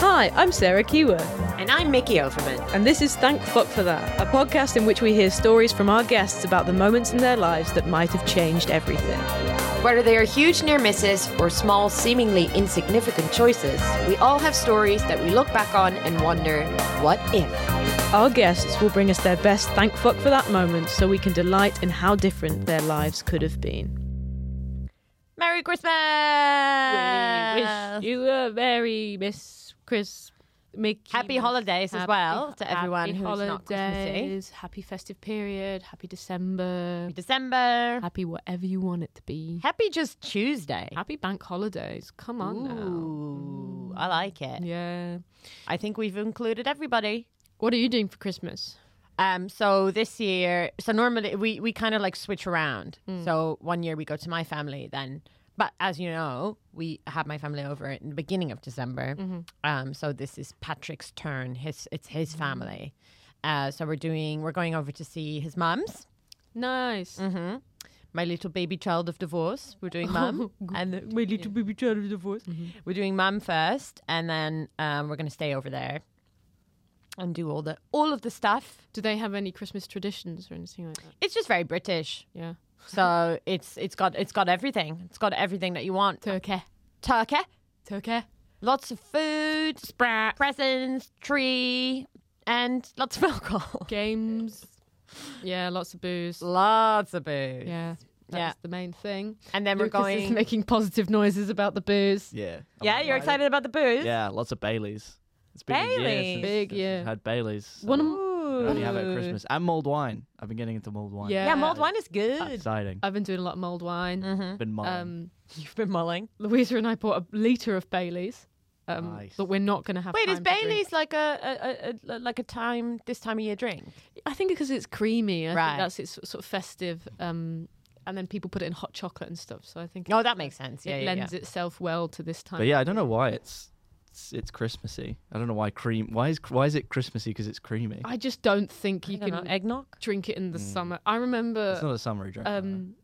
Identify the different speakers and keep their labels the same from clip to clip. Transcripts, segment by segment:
Speaker 1: Hi, I'm Sarah Keewer,
Speaker 2: And I'm Mickey Overman.
Speaker 1: and this is Thank Fuck for That, a podcast in which we hear stories from our guests about the moments in their lives that might have changed everything.
Speaker 2: Whether they are huge near misses or small, seemingly insignificant choices, we all have stories that we look back on and wonder, what if?
Speaker 1: Our guests will bring us their best Thank Fuck for That moments so we can delight in how different their lives could have been.
Speaker 2: Merry Christmas!
Speaker 1: you a Merry Miss Chris Mickey.
Speaker 2: Happy holidays as well to everyone who's not Christmassy.
Speaker 1: Happy festive period. Happy December.
Speaker 2: December.
Speaker 1: Happy whatever you want it to be.
Speaker 2: Happy just Tuesday.
Speaker 1: Happy bank holidays. Come on
Speaker 2: Ooh, I like
Speaker 1: now.
Speaker 2: it.
Speaker 1: Yeah.
Speaker 2: I think we've included everybody.
Speaker 1: What are you doing for Christmas?
Speaker 2: Um, so this year, so normally we, we kind of like switch around. So one year we go to my family, then, but as you know, we have my family over in the beginning of December. Um, so this is Patrick's turn. His it's his family. Uh, so we're doing we're going over to see his mum's.
Speaker 1: Nice.
Speaker 2: hmm My little baby child of divorce. We're doing mum and the- my little baby child of divorce. Mm-hmm. We're doing mum first, and then um, we're gonna stay over there and do all the all of the stuff.
Speaker 1: Do they have any Christmas traditions or anything like that?
Speaker 2: It's just very British.
Speaker 1: Yeah.
Speaker 2: So it's it's got it's got everything. It's got everything that you want.
Speaker 1: Turkey.
Speaker 2: Turkey,
Speaker 1: Turkey.
Speaker 2: lots of food, presents, tree, and lots of alcohol.
Speaker 1: Games. Yeah, lots of booze.
Speaker 2: Lots of booze.
Speaker 1: Yeah. That's
Speaker 2: Yeah.
Speaker 1: the main thing.
Speaker 2: And then we're
Speaker 1: Lucas is
Speaker 2: going.
Speaker 1: making positive noises about the booze.
Speaker 3: Yeah.
Speaker 2: yeah, you're excited about the booze.
Speaker 3: Yeah, lots of Baileys. It's been a year
Speaker 2: Baileys.
Speaker 3: since-
Speaker 1: Big,
Speaker 3: since
Speaker 1: yeah.
Speaker 3: I've had Baileys. So
Speaker 1: One of
Speaker 3: I
Speaker 2: Ooh.
Speaker 3: only have it at Christmas and mulled wine. I've been getting into mulled wine.
Speaker 1: Yeah.
Speaker 2: Yeah, mulled wine is
Speaker 3: That's
Speaker 2: good. Mm-hmm.
Speaker 3: exciting.
Speaker 1: I've been doing a lot of mulled wine.
Speaker 2: Mm.
Speaker 3: been mulling.
Speaker 1: Um,
Speaker 2: You've been mulling.
Speaker 1: Louisa and I bought a liter of Bailey's. Um,
Speaker 3: Nice.
Speaker 1: That we're not going to have.
Speaker 2: Wait, is
Speaker 1: time to drink.
Speaker 2: Bailey's like a, a, a, a like a time this time of year drink?
Speaker 1: I think because it's creamy. I
Speaker 2: Right.
Speaker 1: think that's its sort of festive. Um, and then people put it in hot chocolate and stuff. So I think
Speaker 2: Oh, that makes sense. Yeah,
Speaker 1: it
Speaker 2: yeah,
Speaker 1: lends
Speaker 2: yeah.
Speaker 1: itself well to this time.
Speaker 3: but yeah, I don't know why it's, it's it's Christmassy. I don't know why cream. Why is why is it Christmassy? Because it's creamy.
Speaker 1: I just don't think you
Speaker 2: You
Speaker 1: can
Speaker 2: know, eggnog.
Speaker 1: drink it in the summer. I
Speaker 3: it's not
Speaker 1: remember
Speaker 3: a summery drink.
Speaker 1: um,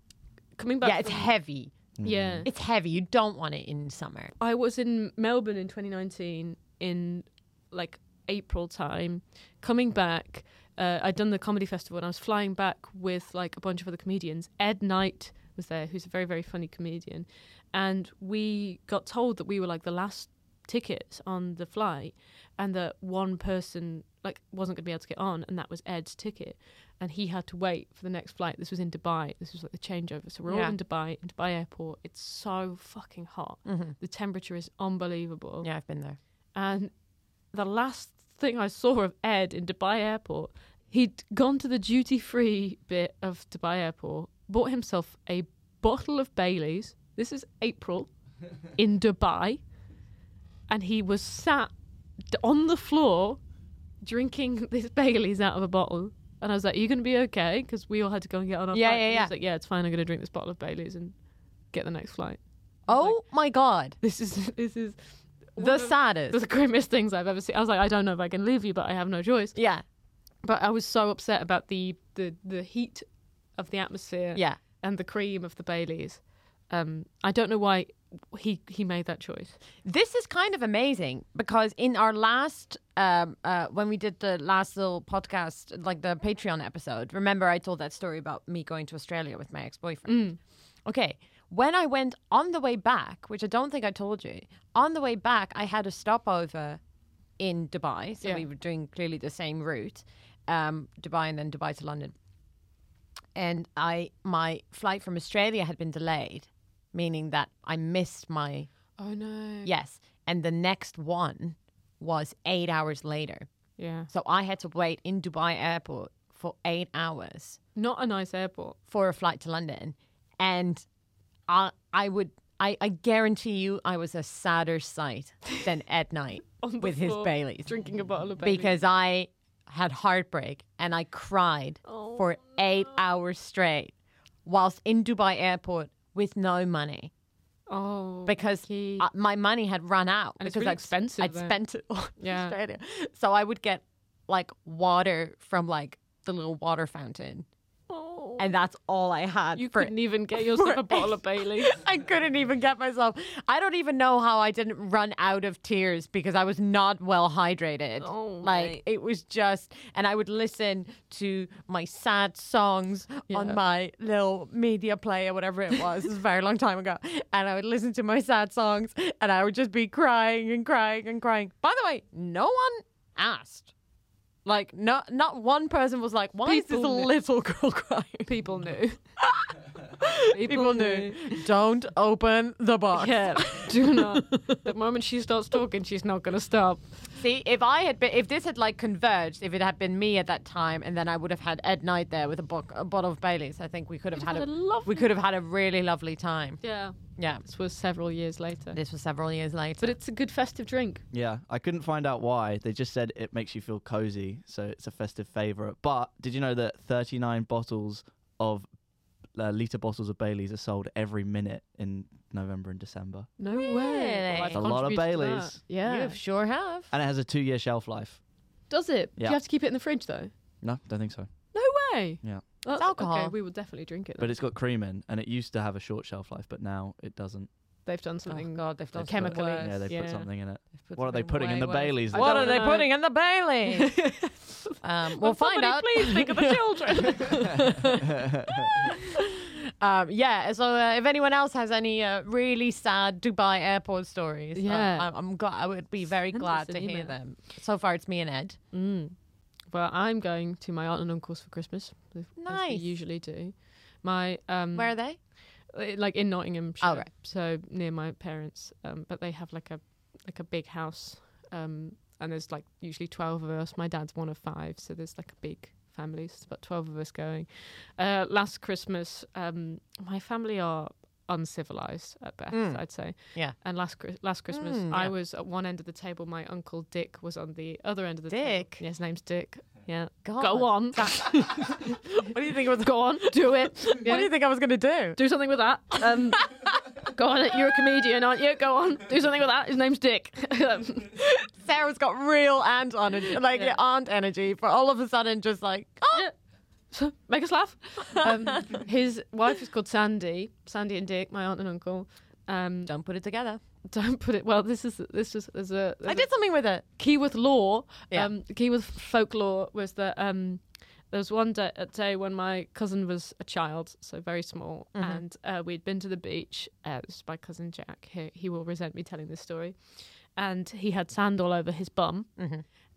Speaker 1: coming back.
Speaker 2: Yeah, it's
Speaker 1: from-
Speaker 2: heavy.
Speaker 1: yeah.
Speaker 2: It's heavy. You don't want it in summer.
Speaker 1: I was in Melbourne in 2019 in like April time. Coming back, uh, I'd done the comedy festival and I was flying back with like a bunch of other comedians. Ed Knight was there, who's a very very funny comedian, and we got told that we were like the last tickets on the flight, and that one person like wasn't going to be able to get on, and that was Ed's ticket, and he had to wait for the next flight. This was in Dubai. This was like the changeover. So we're
Speaker 2: Yeah.
Speaker 1: all in Dubai, in Dubai airport. It's so fucking hot. The temperature is unbelievable.
Speaker 2: Yeah, I've been there.
Speaker 1: And the last thing I saw of Ed in Dubai Airport, he'd gone to the duty free bit of Dubai Airport, bought himself a bottle of Bailey's. This is April in Dubai. And he was sat d- on the floor drinking this Bailey's out of a bottle. And I was like, Are you going to be okay? Because we all had to go and get on our
Speaker 2: Yeah,
Speaker 1: flight.
Speaker 2: yeah,
Speaker 1: He was
Speaker 2: yeah.
Speaker 1: like, Yeah, it's fine. I'm going to drink this bottle of Bailey's and get the next flight.
Speaker 2: Oh my god,
Speaker 1: This is, this is
Speaker 2: the
Speaker 1: it was
Speaker 2: saddest.
Speaker 1: the grimmest things I've ever seen. I was like, I don't know if I can leave you, but I have no choice.
Speaker 2: Yeah,
Speaker 1: But I was so upset about the the, the heat of the atmosphere
Speaker 2: yeah.
Speaker 1: and the cream of the Baileys. Um, I don't know why he he made that choice.
Speaker 2: This is kind of amazing because in our last, um, uh, when we did the last little podcast, like the Patreon episode, remember I told that story about me going to Australia with my ex boyfriend? Okay. When I went on the way back, which I don't think I told you, on the way back, I had a stopover in Dubai. So
Speaker 1: Yeah.
Speaker 2: we were doing clearly the same route um, Dubai and then Dubai to London. And I, my flight from Australia had been delayed, meaning that I missed my
Speaker 1: Oh no. Yeah.
Speaker 2: Yes. And the next one was eight hours later.
Speaker 1: Yeah.
Speaker 2: So I had to wait in Dubai airport for eight hours
Speaker 1: Not a nice airport.
Speaker 2: for a flight to London. And I, I would, I, I guarantee you, I was a sadder sight than Ed Knight
Speaker 1: On the
Speaker 2: with
Speaker 1: floor,
Speaker 2: his Baileys
Speaker 1: Drinking a bottle of Baileys.
Speaker 2: because I had heartbreak and I cried
Speaker 1: Oh,
Speaker 2: for eight hours straight whilst in Dubai airport with no money
Speaker 1: oh
Speaker 2: because
Speaker 1: Key.
Speaker 2: uh, my money had run out
Speaker 1: And it's
Speaker 2: because
Speaker 1: really
Speaker 2: I'd,
Speaker 1: expensive
Speaker 2: I'd
Speaker 1: there.
Speaker 2: spent it all in
Speaker 1: Yeah.
Speaker 2: Australia. So I would get like water from like the little water fountain,
Speaker 1: oh,
Speaker 2: and that's all I had.
Speaker 1: you
Speaker 2: for,
Speaker 1: couldn't even get yourself a bottle of Baileys.
Speaker 2: I couldn't even get myself. I don't even know how I didn't run out of tears because I was not well hydrated.
Speaker 1: Oh,
Speaker 2: like
Speaker 1: mate.
Speaker 2: it was just, and I would listen to my sad songs
Speaker 1: Yeah.
Speaker 2: on my little media player, whatever it was. this is a very long time ago, and I would listen to my sad songs, and I would just be crying and crying and crying. By the way, no one asked. Like not not one person was like, "Why is this
Speaker 1: People kn-
Speaker 2: little girl crying?"
Speaker 1: People knew.
Speaker 2: People knew. Don't open the box.
Speaker 1: Yeah, do not. the moment she starts talking, she's not gonna stop.
Speaker 2: See, if I had been, if this had like converged, if it had been me at that time, and then I would have had Ed Knight there with a, book, a bottle of Bailey's, I think we could have had,
Speaker 1: had
Speaker 2: a,
Speaker 1: a lovely-
Speaker 2: we could have had a really lovely time.
Speaker 1: Yeah.
Speaker 2: Yeah,
Speaker 1: This was several years later.
Speaker 2: this was several years later.
Speaker 1: But it's a good festive drink.
Speaker 3: Yeah, I couldn't find out why. They just said it makes you feel cozy, so it's a festive favorite. But did you know that 39 bottles of uh, liter bottles of Baileys are sold every minute in November and December,
Speaker 1: No way.
Speaker 2: Really?
Speaker 1: I've
Speaker 2: A
Speaker 3: lot
Speaker 1: contributed
Speaker 3: of
Speaker 1: to
Speaker 3: Baileys.
Speaker 1: that. Yeah.
Speaker 2: you sure have.
Speaker 3: and it has a two-year shelf life.
Speaker 1: Does it? Do
Speaker 3: Yeah.
Speaker 1: you have to keep it in the fridge though?
Speaker 3: No, don't think so.
Speaker 1: No way.
Speaker 3: Yeah.
Speaker 1: That's,
Speaker 2: alcohol.
Speaker 1: Okay, we will definitely drink it.
Speaker 3: But
Speaker 1: Then.
Speaker 3: it's got cream in, and it used to have a short shelf life, but now it doesn't.
Speaker 1: Oh, They've done something.
Speaker 2: God, they've done
Speaker 1: chemically.
Speaker 2: something
Speaker 3: Yeah,
Speaker 2: worse.
Speaker 3: they
Speaker 1: Yeah.
Speaker 3: put something in it.
Speaker 2: Oh, They've put
Speaker 3: what are they
Speaker 2: something
Speaker 3: putting in
Speaker 2: way
Speaker 3: the
Speaker 2: worse.
Speaker 3: Baileys?
Speaker 1: I
Speaker 2: What
Speaker 1: don't
Speaker 2: are they
Speaker 1: know.
Speaker 2: putting in the Bailey? um, we'll find
Speaker 1: Somebody
Speaker 2: out.
Speaker 1: Please think of the children.
Speaker 2: Um, yeah, so uh, if anyone else has any uh, really sad Dubai airport stories, uh,
Speaker 1: Yeah.
Speaker 2: I, I'm glad. I would be very
Speaker 1: Send us
Speaker 2: glad
Speaker 1: an
Speaker 2: to hear
Speaker 1: email.
Speaker 2: them. So far, it's me and Ed.
Speaker 1: mm. Well, I'm going to my aunt and uncle's for Christmas. as we
Speaker 2: Nice.
Speaker 1: usually do. My um,
Speaker 2: Where are they?
Speaker 1: Uh, like in Nottinghamshire.
Speaker 2: Oh, right.
Speaker 1: So near my parents, um, but they have like a like a big house, um, and there's like usually twelve of us. My dad's one of five, so there's like a big family. So it's about twelve of us going. Uh, last Christmas, um, my family are uncivilized at best,
Speaker 2: Mm.
Speaker 1: I'd say.
Speaker 2: Yeah.
Speaker 1: And last Chri- last Christmas,
Speaker 2: Mm,
Speaker 1: I
Speaker 2: yeah.
Speaker 1: was at one end of the table. My uncle Dick was on the other end of the
Speaker 2: Dick?
Speaker 1: table. Yeah, his name's Dick. Yeah.
Speaker 2: God.
Speaker 1: Go on.
Speaker 2: What do you think? I was,
Speaker 1: Go on. Do it.
Speaker 2: What do you think I was going to do?
Speaker 1: do something with that. Um, go on, you're a comedian, aren't you? Go on, do something with that. His name's Dick.
Speaker 2: Sarah's got real aunt energy, like
Speaker 1: Yeah.
Speaker 2: aunt energy, for all of a sudden just like, oh,
Speaker 1: Make us laugh. Um, his wife is called Sandy. Sandy and Dick, my aunt and uncle. Um,
Speaker 2: don't put it together.
Speaker 1: don't put it. Well, this is this is there's a. There's
Speaker 2: I did something with it.
Speaker 1: a Keyworth law.
Speaker 2: Yeah.
Speaker 1: Um, Keyworth folklore was that um, there was one day, a day when my cousin was a child, so very small, and uh, we'd been to the beach. Uh, this is by cousin Jack. He, he will resent me telling this story. and he had sand all over his bum.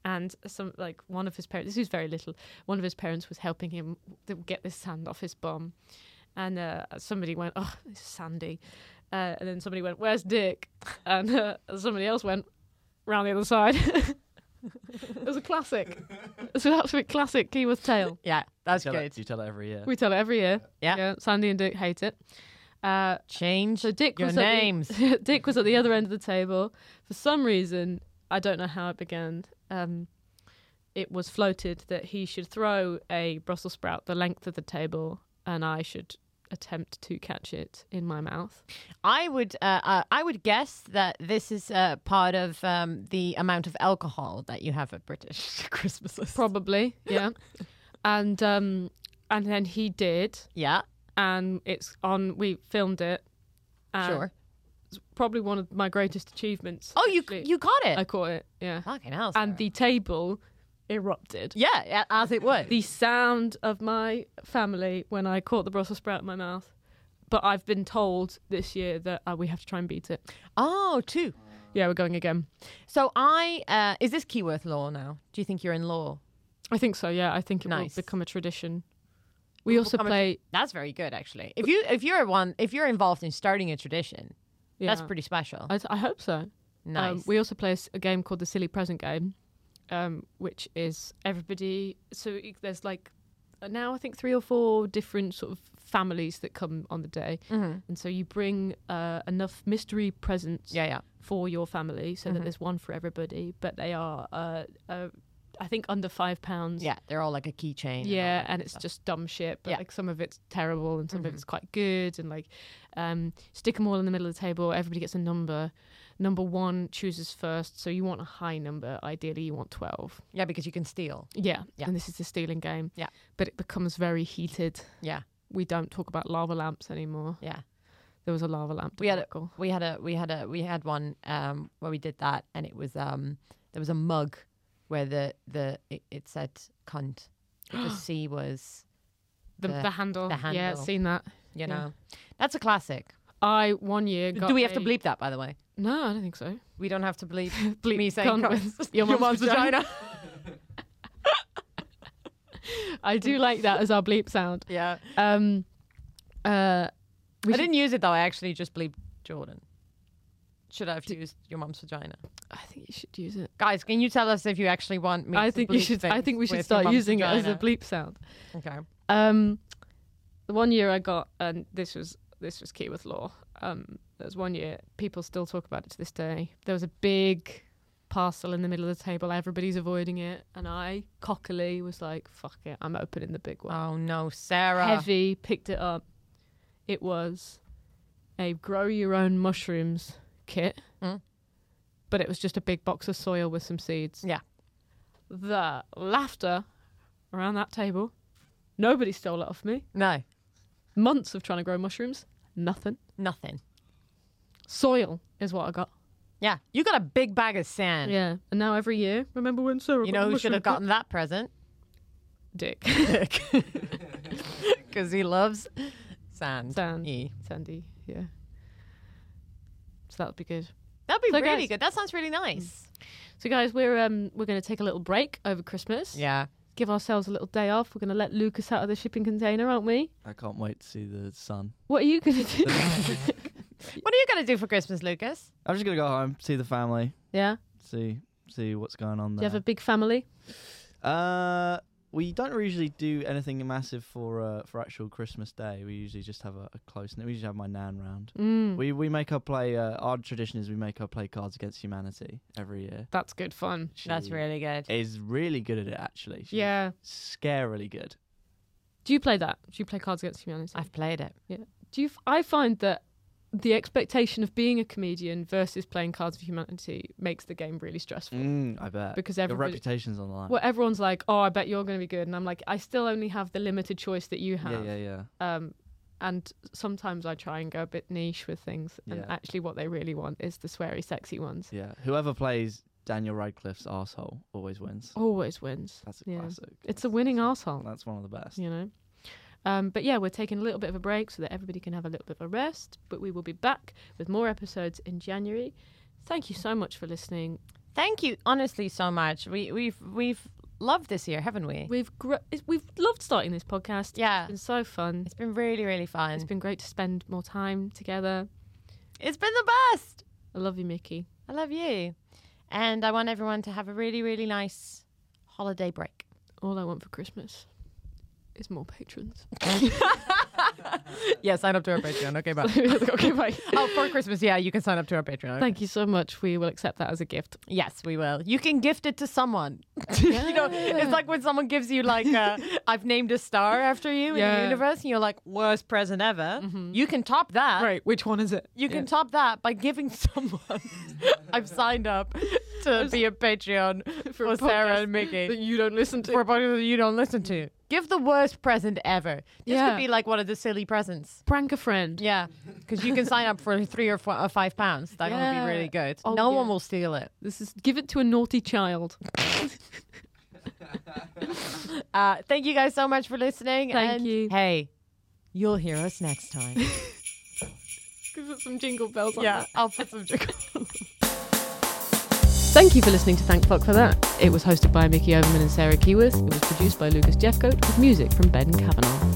Speaker 1: And some like one of his parents. This was very little. One of his parents was helping him th- get this sand off his bum, and uh, somebody went, "Oh, it's sandy," uh, and then somebody went, "Where's Dick?" and uh, somebody else went, "Round the other side." it was a classic. It was an absolute classic Keyworth tale.
Speaker 2: Yeah, that's
Speaker 3: Tell
Speaker 2: good.
Speaker 3: That, you tell that every year.
Speaker 1: We tell it every year.
Speaker 2: Yeah.
Speaker 1: Sandy and Dick hate it. Uh,
Speaker 2: Change
Speaker 1: so Dick
Speaker 2: your
Speaker 1: was
Speaker 2: names.
Speaker 1: At the, Dick was at the other end of the table. For some reason, I don't know how it began. Um, it was floated that he should throw a Brussels sprout the length of the table, and I should attempt to catch it in my mouth.
Speaker 2: I would uh, uh, I would guess that this is uh, part of um, the amount of alcohol that you have at British Christmases.
Speaker 1: Probably, yeah. and um, and then he did,
Speaker 2: yeah,
Speaker 1: and it's on. We filmed it. and
Speaker 2: sure.
Speaker 1: It's probably one of my greatest achievements.
Speaker 2: Uh, Oh, you
Speaker 1: actually.
Speaker 2: you got it.
Speaker 1: I caught it. Yeah.
Speaker 2: Fucking hell. Sarah.
Speaker 1: and the table erupted.
Speaker 2: yeah, yeah, as it would.
Speaker 1: The sound of my family when I caught the Brussels sprout in my mouth. But I've been told this year that uh, we have to try and beat it.
Speaker 2: oh, two.
Speaker 1: Yeah, we're going again.
Speaker 2: So I uh, is this Keyworth law now? Do you think you're in law?
Speaker 1: I think so. Yeah, I think it
Speaker 2: Nice.
Speaker 1: will become a tradition. We
Speaker 2: Will
Speaker 1: also
Speaker 2: become a-
Speaker 1: play.
Speaker 2: That's very good, actually. If you if you're one if you're involved in starting a tradition, that's
Speaker 1: yeah. Um,
Speaker 2: pretty special.
Speaker 1: I, I hope so.
Speaker 2: nice.
Speaker 1: Um, we also play a s- a game called the Silly Present Game, um, which is everybody. So i- there's like uh, now I think three or four different sort of families that come on the day, and so you bring uh, enough mystery presents
Speaker 2: yeah, Mm-hmm. yeah.
Speaker 1: for your family so that there's one for everybody. But they are, uh, uh, I think, under five pounds.
Speaker 2: Yeah, they're all like a keychain. all
Speaker 1: Yeah,
Speaker 2: that
Speaker 1: and
Speaker 2: good
Speaker 1: it's
Speaker 2: stuff.
Speaker 1: just dumb shit, but
Speaker 2: Yeah. Mm-hmm.
Speaker 1: like some of it's terrible and some of it's quite good. And like, um, stick them all in the middle of the table. Everybody gets a number. Number one chooses first, so you want a high number. Ideally, you want twelve.
Speaker 2: yeah because you can steal.
Speaker 1: Yeah,
Speaker 2: Yeah.
Speaker 1: and this is a stealing game.
Speaker 2: Yeah.
Speaker 1: but it becomes very heated.
Speaker 2: Yeah,
Speaker 1: We don't talk about lava lamps anymore.
Speaker 2: yeah.
Speaker 1: There was a lava lamp.
Speaker 2: We had a-
Speaker 1: debacle.
Speaker 2: We had a we had a we had one um where we did that and it was um there was a mug where the the it, it said cunt. But the C was
Speaker 1: the,
Speaker 2: the-
Speaker 1: the handle.
Speaker 2: the
Speaker 1: Yeah,
Speaker 2: handle.
Speaker 1: seen that.
Speaker 2: you know. That's a classic.
Speaker 1: I one year got.
Speaker 2: Do we have to
Speaker 1: a-
Speaker 2: bleep that by the way?
Speaker 1: No, I don't think so.
Speaker 2: We don't have to bleep,
Speaker 1: Bleep
Speaker 2: me saying
Speaker 1: cunt
Speaker 2: cunt.
Speaker 1: with your mum's vagina.
Speaker 2: vagina.
Speaker 1: I do like that as our bleep sound.
Speaker 2: yeah.
Speaker 1: Um, uh, we
Speaker 2: I
Speaker 1: should-
Speaker 2: didn't use it though. I actually just bleeped Jordan. Should I have used your mum's vagina?
Speaker 1: I think you should use it.
Speaker 2: Guys, can you tell us if you actually want me
Speaker 1: I
Speaker 2: to
Speaker 1: think you
Speaker 2: bleep
Speaker 1: should. I
Speaker 2: things
Speaker 1: think we
Speaker 2: with your
Speaker 1: should start
Speaker 2: mum's
Speaker 1: using it as a
Speaker 2: vagina?
Speaker 1: bleep sound.
Speaker 2: Okay.
Speaker 1: Um, the one year I got, and this was this was Keyworth law. Um, there was one year people still talk about it to this day. There was a big parcel in the middle of the table. Everybody's avoiding it, and I cockily was like, "Fuck it, I'm opening the big one."
Speaker 2: Oh no, Sarah.
Speaker 1: Heavy picked it up. It was a grow your own mushrooms kit,
Speaker 2: Mm.
Speaker 1: but it was just a big box of soil with some seeds.
Speaker 2: Yeah.
Speaker 1: The laughter around that table. Nobody stole it off me.
Speaker 2: No,
Speaker 1: Months of trying to grow mushrooms, nothing.
Speaker 2: nothing.
Speaker 1: Soil is what I got.
Speaker 2: Yeah, you got a big bag of sand.
Speaker 1: Yeah. And now every year, remember when Sarah
Speaker 2: You
Speaker 1: got
Speaker 2: know
Speaker 1: the
Speaker 2: who should have
Speaker 1: mushroom
Speaker 2: gotten that present?
Speaker 1: kit? Dick.
Speaker 2: Because he loves sand.
Speaker 1: Sand.
Speaker 2: Yeah.
Speaker 1: Sandy, yeah. So that would be good.
Speaker 2: That'd be
Speaker 1: So,
Speaker 2: really
Speaker 1: guys-
Speaker 2: good. That sounds really nice.
Speaker 1: So guys, we're um we're gonna take a little break over Christmas.
Speaker 2: Yeah.
Speaker 1: give ourselves a little day off. We're going to let Lucas out of the shipping container, aren't we?
Speaker 3: I can't wait to see the sun.
Speaker 1: What are you going to do?
Speaker 2: What are you gonna do for Christmas, Lucas?
Speaker 3: I'm just gonna go home, see the family,
Speaker 1: yeah.
Speaker 3: see see what's going on
Speaker 1: Do you
Speaker 3: there.
Speaker 1: have a big family?
Speaker 3: Uh, we don't usually do anything massive for uh, for actual Christmas Day. We usually just have a, a close. We usually have my nan round.
Speaker 1: Mm.
Speaker 3: We we make her play. Uh, our tradition is we make her play Cards Against Humanity every year.
Speaker 1: That's good fun.
Speaker 2: That's
Speaker 3: She
Speaker 2: really good.
Speaker 3: is really good at it actually. She's
Speaker 1: Yeah.
Speaker 3: scarily good.
Speaker 1: Do you play that? Do you play Cards Against Humanity?
Speaker 2: I've played it.
Speaker 1: do you? F- I find that the expectation of being a comedian versus playing Cards of Humanity makes the game really stressful.
Speaker 3: Mm, I bet
Speaker 1: Because
Speaker 3: your
Speaker 1: everybody-
Speaker 3: reputation's on the line.
Speaker 1: Well, everyone's like, "Oh, I bet you're going to be good," and I'm like, "I still only have the limited choice that you have."
Speaker 3: yeah, yeah, yeah.
Speaker 1: um, and sometimes I try and go a bit niche with things, and
Speaker 3: Yeah.
Speaker 1: actually, what they really want is the sweary, sexy ones.
Speaker 3: Yeah, whoever plays Daniel Radcliffe's asshole always wins.
Speaker 1: Always wins.
Speaker 3: That's a
Speaker 1: Oh, yeah.
Speaker 3: classic.
Speaker 1: It's a winning asshole,
Speaker 3: That's one of the best.
Speaker 1: you know. Um, but yeah, we're taking a little bit of a break so that everybody can have a little bit of a rest. But we will be back with more episodes in January. Thank you so much for listening.
Speaker 2: Thank you, honestly, so much. We we've we've loved this year, haven't we?
Speaker 1: We've gr- it's- we've loved starting this podcast.
Speaker 2: Yeah.
Speaker 1: it's been so fun.
Speaker 2: It's been really really fun.
Speaker 1: It's been great to spend more time together.
Speaker 2: it's been the best.
Speaker 1: I love you, Mickey.
Speaker 2: I love you, and I want everyone to have a really really nice holiday break.
Speaker 1: All I want for Christmas is more patrons.
Speaker 2: Yeah, sign up to our Patreon. Okay, bye.
Speaker 1: okay, bye.
Speaker 2: oh, for Christmas, yeah, you can sign up to our Patreon.
Speaker 1: Thank you so much. We will accept that as a gift.
Speaker 2: Yes, we will. You can gift it to someone. you know, it's like when someone gives you like, uh, I've named a star after you in
Speaker 1: Yeah.
Speaker 2: the universe, and you're like, worst present ever. You can top that.
Speaker 1: Right, which one is it?
Speaker 2: Uh, You can top that by giving someone. I've signed up to be a Patreon for,
Speaker 1: a
Speaker 2: Sarah
Speaker 1: podcast
Speaker 2: and Mickey.
Speaker 1: that you don't listen to.
Speaker 2: for a podcast that you don't listen to. Give the worst present ever. This
Speaker 1: Yeah.
Speaker 2: could be like one of the silly presents.
Speaker 1: Prank a friend.
Speaker 2: Yeah, because you can sign up for three or, four, or five pounds. That would
Speaker 1: Yeah.
Speaker 2: be really good.
Speaker 1: Oh,
Speaker 2: no
Speaker 1: yeah.
Speaker 2: one will steal it.
Speaker 1: This is give it to a naughty child.
Speaker 2: Uh, thank you guys so much for listening.
Speaker 1: Thank
Speaker 2: and
Speaker 1: you.
Speaker 2: Hey, you'll hear us next time.
Speaker 1: Give it some jingle bells. on that.
Speaker 2: I'll put some jiggle.
Speaker 1: Thank you for listening to Thank Fuck for that. It was hosted by Mickey Overman and Sarah Keyworth. It was produced by Lucas Jeffcoat with music from Ben Kavanaugh.